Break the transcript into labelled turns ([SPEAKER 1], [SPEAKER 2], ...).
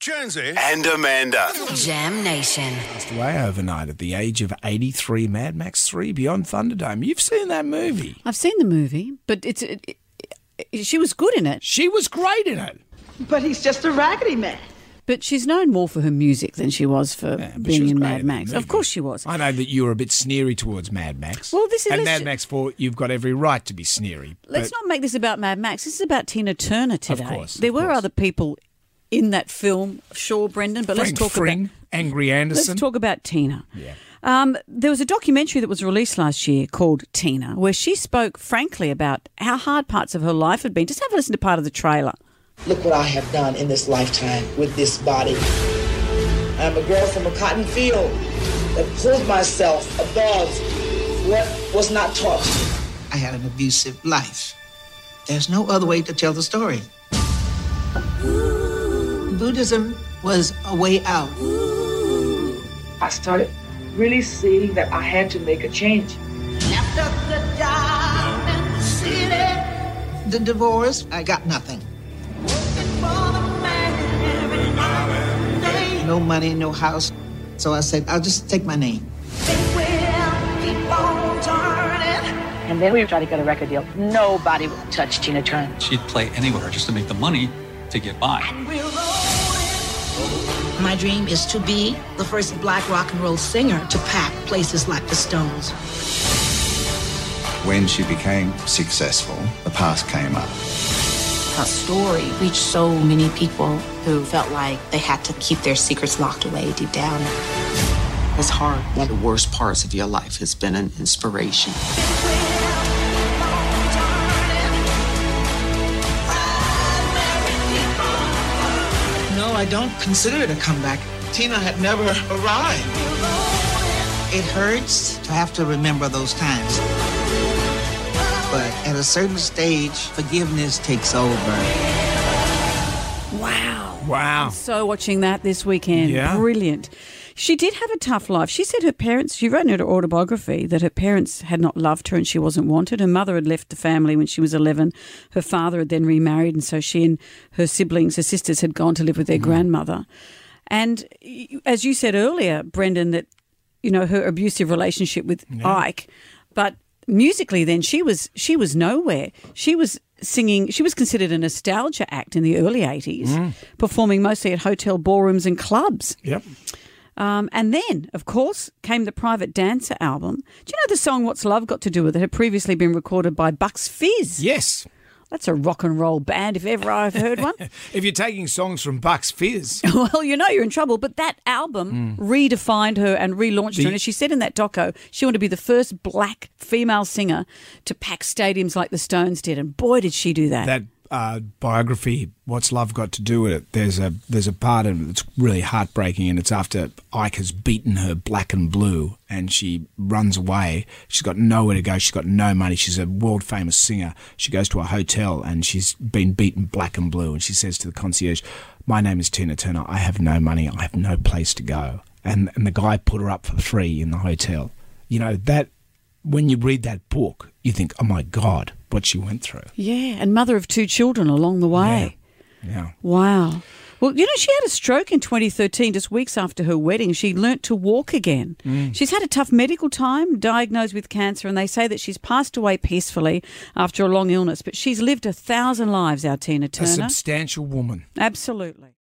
[SPEAKER 1] Jonesy.
[SPEAKER 2] and Amanda.
[SPEAKER 3] Jam Nation.
[SPEAKER 4] passed away overnight at the age of 83, Mad Max 3 Beyond Thunderdome. You've seen that movie.
[SPEAKER 5] I've seen the movie, but it's it, it- she was good in it.
[SPEAKER 4] She was great in it.
[SPEAKER 6] But he's just a raggedy man.
[SPEAKER 5] But she's known more for her music than she was for
[SPEAKER 4] Yeah, but she
[SPEAKER 5] being
[SPEAKER 4] was
[SPEAKER 5] in
[SPEAKER 4] great
[SPEAKER 5] Mad
[SPEAKER 4] in the
[SPEAKER 5] Max. Of
[SPEAKER 4] movie.
[SPEAKER 5] course she was.
[SPEAKER 4] I know that you were a bit sneery towards Mad Max.
[SPEAKER 5] Well, this is-
[SPEAKER 4] And
[SPEAKER 5] let's
[SPEAKER 4] Mad
[SPEAKER 5] ju-
[SPEAKER 4] Max 4, you've got every right to be sneery.
[SPEAKER 5] Let's
[SPEAKER 4] but
[SPEAKER 5] not make this about Mad Max. This is about Tina Turner today.
[SPEAKER 4] course, of
[SPEAKER 5] there were
[SPEAKER 4] course.
[SPEAKER 5] other people in that film, sure, Brendan, but
[SPEAKER 4] Frank
[SPEAKER 5] let's talk
[SPEAKER 4] Fring,
[SPEAKER 5] about
[SPEAKER 4] Angry Anderson.
[SPEAKER 5] Let's talk about Tina. Yeah. Um, there was a documentary that was released last year called Tina, where she spoke frankly about how hard parts of her life had been. Just have a listen to part of the trailer.
[SPEAKER 7] Look what I have done in this lifetime with this body. I'm a girl from a cotton field that pulled myself above what was not taught. I had an abusive life. There's no other way to tell the story. Buddhism was a way out. I started really seeing that I had to make a change. The divorce, I got nothing. no money, no house. So I said, I'll just take my name.
[SPEAKER 6] And then we tried to get a record deal. Nobody would touch Tina Turner.
[SPEAKER 8] She'd play anywhere just to make the money to get by.
[SPEAKER 9] My dream is to be the first black rock and roll singer to pack places like the Stones.
[SPEAKER 2] When she became successful, the past came up.
[SPEAKER 9] Her story reached so many people who felt like they had to keep their secrets locked away deep down.
[SPEAKER 7] It's hard. One of the worst parts of your life has been an inspiration. No, I don't consider it a comeback. Tina had never arrived. It hurts to have to remember those times. But at a certain stage, forgiveness takes over.
[SPEAKER 5] Wow.
[SPEAKER 4] wow.
[SPEAKER 5] So watching that this weekend,
[SPEAKER 4] Yeah.
[SPEAKER 5] brilliant. She did have a tough life. She said her parents, she wrote in her autobiography that her parents had not loved her and she wasn't wanted. Her mother had left the family when she was 11. Her father had then remarried, and so she and her siblings, her sisters, had gone to live with their grandmother. And y- as you said earlier, Brendan, that, you know, her abusive relationship with Ike, but musically then she was she was nowhere she was singing she was considered a nostalgia act in the early 80s performing mostly at hotel ballrooms and clubs
[SPEAKER 4] Yep.
[SPEAKER 5] um, and then, of course, came the Private Dancer album. Do you know the song What's Love Got to Do with It had previously been recorded by Bucks Fizz?
[SPEAKER 4] Yes.
[SPEAKER 5] That's a rock and roll band if ever I've heard one.
[SPEAKER 4] If you're taking songs from Bucks Fizz,
[SPEAKER 5] well, you know you're in trouble. But that album redefined her and relaunched her. And as she said in that doco, she wanted to be the first black female singer to pack stadiums like the Stones did. And boy, did she do that.
[SPEAKER 4] that uh, biography, What's Love Got to Do with It? There's a there's a part in it that's really heartbreaking, and it's after Ike has beaten her black and blue, and she runs away. She's got nowhere to go. She's got no money. She's a world famous singer. She goes to a hotel, and she's been beaten black and blue. And she says to the concierge, "My name is Tina Turner. I have no money. I have no place to go." And and the guy put her up for free in the hotel. You know that when you read that book, you think, "Oh my God, what she went through."
[SPEAKER 5] yeah, and mother of two children along the way.
[SPEAKER 4] Yeah.
[SPEAKER 5] Wow. Well, you know, she had a stroke in 2013, just weeks after her wedding. She learnt to walk again. She's had a tough medical time, diagnosed with cancer, and they say that she's passed away peacefully after a long illness. But she's lived a thousand lives, our Tina
[SPEAKER 4] A
[SPEAKER 5] Turner.
[SPEAKER 4] substantial woman.
[SPEAKER 5] Absolutely.